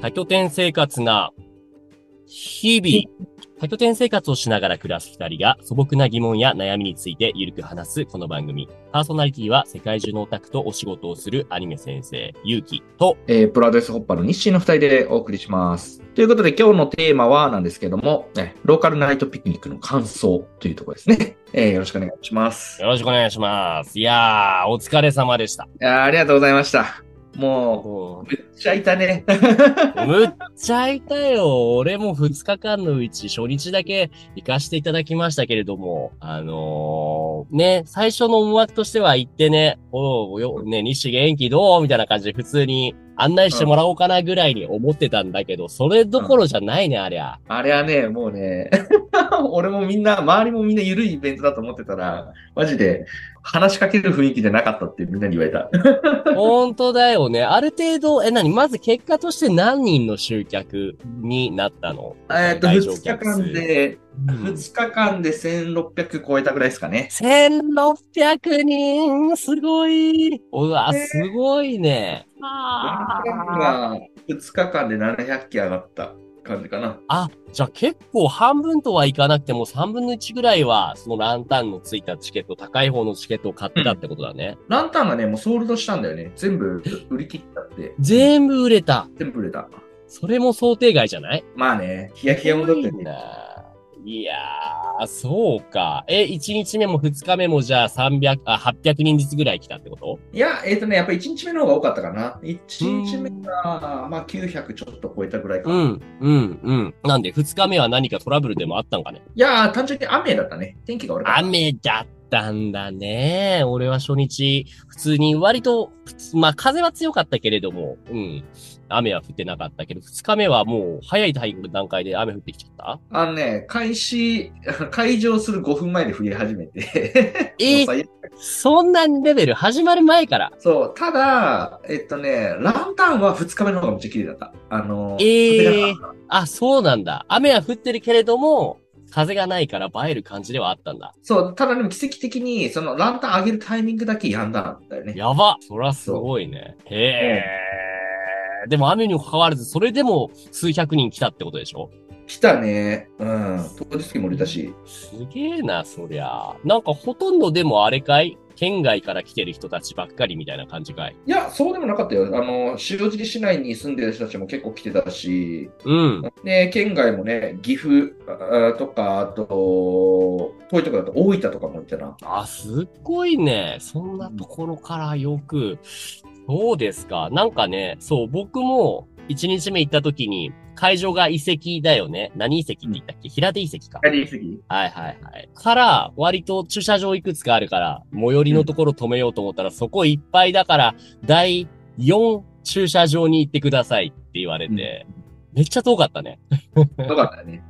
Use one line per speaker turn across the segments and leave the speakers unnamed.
多拠点生活が、日々、多拠点生活をしながら暮らす二人が素朴な疑問や悩みについてゆるく話すこの番組。パーソナリティは世界中のオタクとお仕事をするアニメ先生、ゆうきと、
えープロアドレスホッパーの日清の2人でお送りします。ということで今日のテーマはなんですけども、ねローカルナイトピクニックの感想というところですね。えーよろしくお願いします。
よろしくお願いします。いやー、お疲れ様でした。
いやーありがとうございました。も
も
う、めっちゃいたね。
うむっちゃ痛いよ。俺も2日間のうち初日だけ行かせていただきましたけれども、あのー、ね、最初の思惑としては行ってね、おうよ、ね、西元気どうみたいな感じで普通に案内してもらおうかなぐらいに思ってたんだけど、それどころじゃないね、ありゃ。
あれはね、もうね、 俺もみんな、周りもみんな緩いイベントだと思ってたら、マジで話しかける雰囲気じゃなかったってみんなに言われた。
本当だよね。ある程度、え、なに、まず結果として何人の集客になったの
えっと、
来場
2日
客数
間で、
うん
2日間で1600超えたぐらいですかね。
1600人すごいうわ、すごいね。
が2日間で700機上がった感じかな。
あ、じゃあ結構半分とはいかなくても3分の1ぐらいは、そのランタンのついたチケット、高い方のチケットを買ったってことだね。
ランタンがね、もうソールドしたんだよね。全部売り切ったって。
全部売れた。
全部売れた。
それも想定外じゃない
まあね、ヒヤヒヤもだって
すごい
ね。
な。いやー、そうか。え、1日目も2日目もじゃあ300、あ、800人ずつぐらい来たってこと
いや、えっ、とね、やっぱり1日目の方が多かったかな。1日目が、まあ900ちょっと超えたぐらいか
う
な。い
ん、うん、うん。なんで2日目は何かトラブルでもあったんかね
やー、単純に雨だったね。天気が悪かった。
雨だったんだね。俺は初日、普通に割と、普通まあ風は強かったけれども、うん。雨は降ってなかったけど、二日目はもう早いタイミングの段階で雨降ってきちゃっ
あのね、開始、 開場する5分前で降り始めて。
えー
もう最悪
たそんなレベル始まる前から。
そう、ただ、えっとね、ランタンは2日目の方がめっちゃ綺麗だった。あの、
えー
風が
あ、そうなんだ。雨は降ってるけれども、風がないから映える感じではあったんだ。
そう、ただでも奇跡的に、そのランタン上げるタイミングだけやんだんだよね。
やばそらすごいね。へえ。でも雨にもかかわらず、それでも数百人来たってことでしょ
来たね。うん。当日券も売れたし。
すげえな、そりゃ。なんかほとんどでもあれかい県外から来てる人たちばっかりみたいな感じかい
いや、そうでもなかったよ。あの、塩尻市内に住んでる人たちも結構来てたし、
うん。
で、県外もね、岐阜あとか、あと、遠いとこだと大分とかもいたな。
あ、すっごいね。そんなところからよく。そうですか。なんかね、そう、僕も1日目行った時に、会場が遺跡だよね。何遺跡って言ったっけ平手遺跡か。
やりすぎ
はいはいはい。から、割と駐車場いくつかあるから、最寄りのところ止めようと思ったら、そこいっぱいだから、第4駐車場に行ってくださいって言われて、めっちゃ遠かったね。
よかったよね。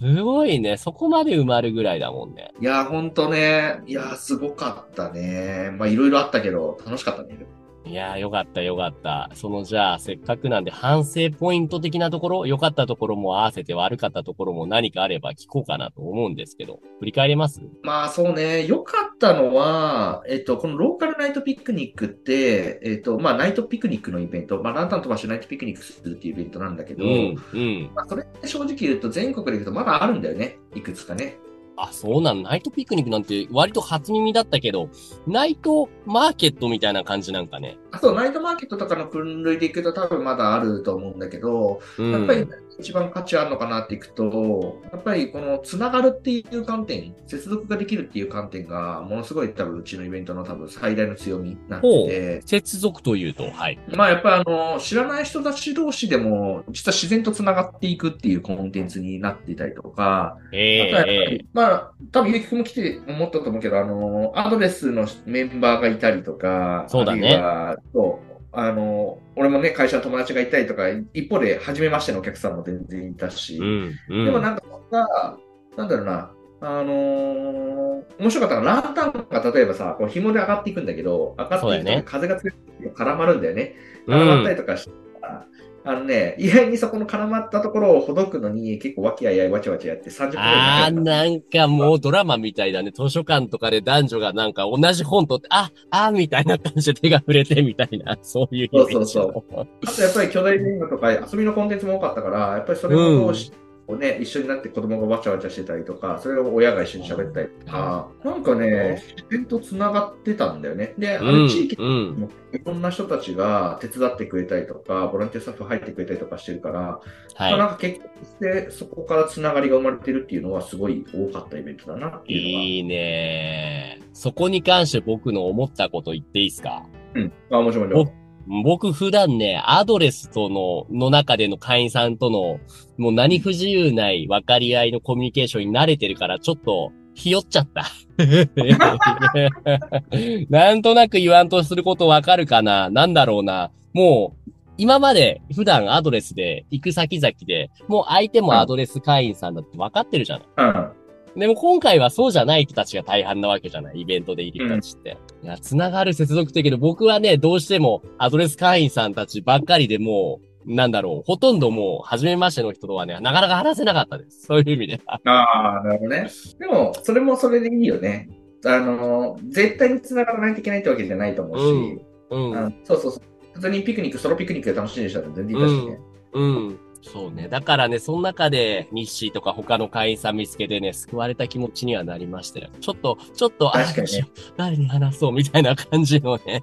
すごいね。そこまで埋まるぐらいだもんね。
いや、ほんとね。いや、すごかったね。まあ、いろいろあったけど、楽しかったね。
いやー、よかったよかった。そのじゃあ、せっかくなんで反省ポイント的なところ、良かったところも合わせて悪かったところも何かあれば聞こうかなと思うんですけど、振り返れます
まあそうね、良かったのは、えっと、このローカルナイトピクニックって、えっと、まあナイトピクニックのイベント、まあランタン飛ばしてナイトピクニックするっていうイベントなんだけ
う
ど、
ん、うん。
まあそれって正直言うと全国で言うとまだあるんだよね、いくつかね。
あ、そうなん、ナイトピクニックなんて割と初耳だったけど、ナイトマーケットみたいな感じなんかね。
あとナイトマーケットとかの分類でいくと多分まだあると思うんだけど、
うん、
やっぱり一番価値あるのかなっていくと、やっぱりこのつながるっていう観点、接続ができるっていう観点が、ものすごい多分うちのイベントの多分最大の強みになって
ほう
て、
接続というと、はい。
まあやっぱりあの、知らない人たち同士でも、実は自然と繋がっていくっていうコンテンツになっていたりとか、あと
え
はやっぱ
え
り、まあ、多分ゆうきくんも来て思ったと思うけど、あの、アドレスのメンバーがいたりとか、
そうだね
あるいはそうあの、俺もね、会社の友達がいたりとか、一方で、初めましてのお客さんも全然いたし、
うん、うん。
でもなんか、そんななんだろうな、あのー面白かったのは、ランタンが例えばさ、こう紐で上がっていくんだけど、上がっていく
そうだ
と
よね
風が強いと風が絡まるんだよね。
う
絡まった
ん
りとかしたら、あのね、意外にそこの絡まったところをほどくのに、結構わきあいあいわちゃわちゃやって30分ぐら
あー、
いかかっ
なんかもうドラマみたいだね。図書館とかで男女がなんか同じ本取って、あ、あーみたいな感じで手が触れてみたいな、 そういうイメージの。
そうそた。あとやっぱり巨大電話とか遊びのコンテンツも多かったから、やっぱりそれを通し、こうね、一緒になって子供がわちゃわちゃしてたりとか、それを親が一緒に喋ったりとか、なんかね、自然と繋がってたんだよね。で、あ
う
の
ん
地域、
うん。
いろんな人たちが手伝ってくれたりとか、ボランティアスタッフ入ってくれたりとかしてるから、まあ
は
なんか結果としてそこからつながりが生まれてるっていうのはすごい多かったイベントだなって
い。
いうのが。
いいねそこに関して僕の思ったこと言っていいですか
うん。あ、もちろんもちろん。
僕普段ね、アドレスとの、の中での会員さんとの、もう何不自由ない分かり合いのコミュニケーションに慣れてるから、ちょっと、ひよっちゃった。なんとなく言わんとすることわかるかななんだろうな。もう、今まで普段アドレスで行く先々で、もう相手もアドレス会員さんだって分かってるじゃない
うん。
でも今回はそうじゃない人たちが大半なわけじゃないイベントでいる人たちって。いや、繋がる接続的で僕はね、どうしてもアドレス会員さんたちばっかりでもう、なんだろう、ほとんどもう、初めましての人とはね、なかなか話せなかったです。そういう意味では。
ああ、なるほどね。でも、それもそれでいいよね。あの、絶対につながらないといけないってわけじゃないと思うし、
うん。
あのそうそうそう。普通にピクニック、ソロピクニックで楽しんでる人だって全然いたしね。
うん。そうね。だからね、その中で、ミッシーとか他の会員さん見つけてね、救われた気持ちにはなりましたよ。ちょっと、ちょっと、あ
確
ど
かにね
うしよう誰に話そうみたいな感じのね。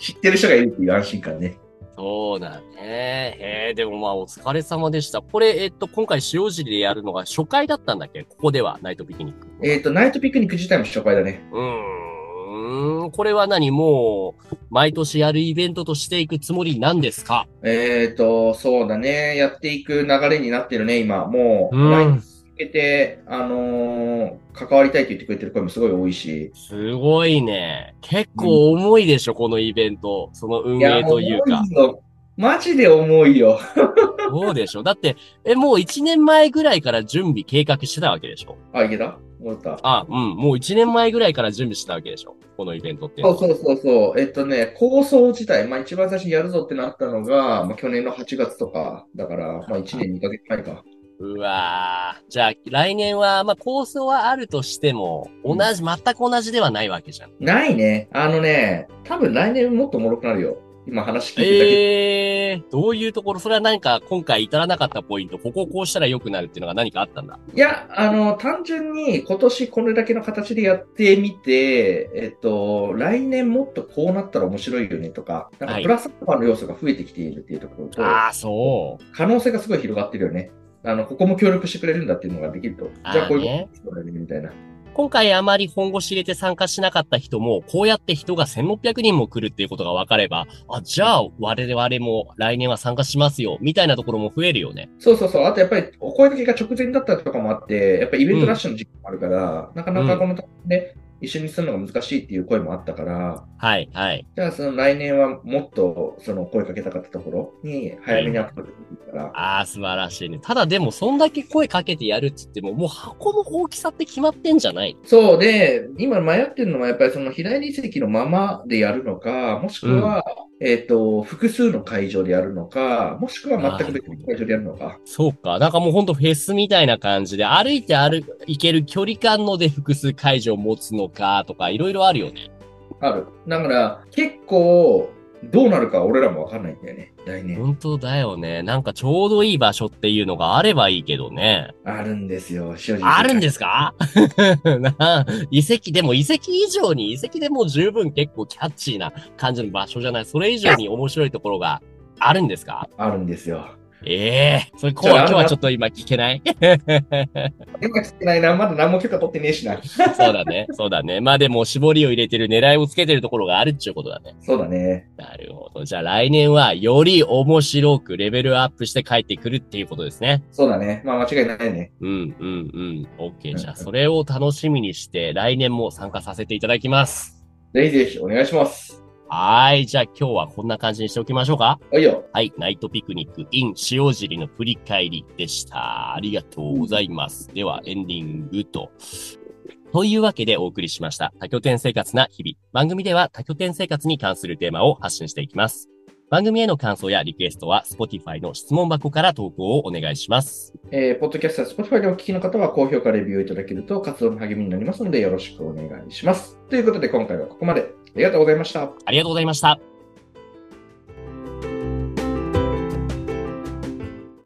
知ってる人がいるっていう安心感ね。
そうだね。えー、でもまあお疲れ様でした。これ、えっと、今回塩尻でやるのが初回だったんだっけここでは、ナイトピクニック。
えっ、と、ナイトピクニック自体も初回だね。
うーん、これは何もう、毎年やるイベントとしていくつもりなんですか
えーと、そうだね。やっていく流れになってるね、今。もう、
うん
来年に向けて、あのー関わりたいと言ってくれてる声もすごい多いし。
すごいね。結構重いでしょ、このイベント。その運営というか
や。もうマジで重いよ。
そうでしょ。だって、え、もう1年前ぐらいから準備計画してたわけでしょ。
あ、いけた戻った。
あ、うん、もう1年前ぐらいから準備してたわけでしょ。このイベントっていうの
そ
は
うそうそうそう。えっとね、構想自体、まあ一番最初にやるぞってなったのが、まあ去年の8月とか、だから、まあ1年2ヶ月前か。
うわー。じゃあ、来年は、まあ、構想はあるとしても、同じ、全く同じではないわけじゃん。
ないね。あのね、多分来年もっとおもろくなるよ。今話聞いてたけ
ええー、どういうところそれは何か今回至らなかったポイント、ここをこうしたら良くなるっていうのが何かあったんだ。
ど。いや、あの、単純に今年これだけの形でやってみて、えっと、来年もっとこうなったら面白いよねとか、なん
は
か
い
プラスアルファの要素が増えてきているっていうところと、
ああ、そう。
可能性がすごい広がってるよね。あの、ここも協力してくれるんだっていうのができると。
あー
じゃあこういう
ね
ことだよね、みたいな。
今回あまり本腰入れて参加しなかった人も、こうやって人が1600人も来るっていうことが分かれば、あ、じゃあ我々も来年は参加しますよ、みたいなところも増えるよね。
そうそうそう。あとやっぱりお声掛けが直前だったりとかもあって、やっぱりイベントラッシュの時期もあるから、なかなかこのタイミングで一緒にするのが難しいっていう声もあったから、
はい、はい。
じゃあその来年はもっとその声かけたかったところに早めにアップできるから、
ああ、素晴らしいね。ただでも、そんだけ声かけてやるって言っても、もう箱の大きさって決まってんじゃない
そうで、今迷ってるのはやっぱりその平井理石のままでやるのか、もしくは、えっ、と、複数の会場でやるのか、もしくは全く別の会場でやるのか。
そうか。なんかもうほんとフェスみたいな感じで、歩いて歩行ける距離感ので複数会場を持つのかとか、いろいろあるよね。
ある。だから結構どうなるか俺らもわかんないんだよね、来年。
本当だよね。なんかちょうどいい場所っていうのがあればいいけどね。
あるんですよ、正直。
あるんですか な遺跡、でも遺跡以上に、遺跡でもう十分結構キャッチーな感じの場所じゃない。それ以上に面白いところがあるんですか
あるんですよ。
ええそれ今日は、今日はちょっと今聞けない
今来てないな、まだ何も許可取ってねえしな。
そうだね。そうだね。まあでも絞りを入れてる狙いをつけてるところがあるっていうことだね。
そうだね。
なるほど。じゃあ来年はより面白くレベルアップして帰ってくるっていうことですね。
そうだね。まあ間違いないね。
うん、うん、うん。OK。じゃあ
うんうん
それを楽しみにして来年も参加させていただきます。
ぜひぜひお願いします。
はーい。じゃあ今日はこんな感じにしておきましょうか。
はいよ。
はい。ナイトピクニック in 塩尻の振り返りでした。ありがとうございます。ではエンディングと。というわけでお送りしました。多拠点生活な日々。番組では多拠点生活に関するテーマを発信していきます。番組への感想やリクエストは Spotify の質問箱から投稿をお願いします。
えーポッドキャストや Spotify でお聞きの方は高評価、レビューいただけると活動の励みになりますのでよろしくお願いします。ということで今回はここまで。ありがとうございました。
ありがとうございました。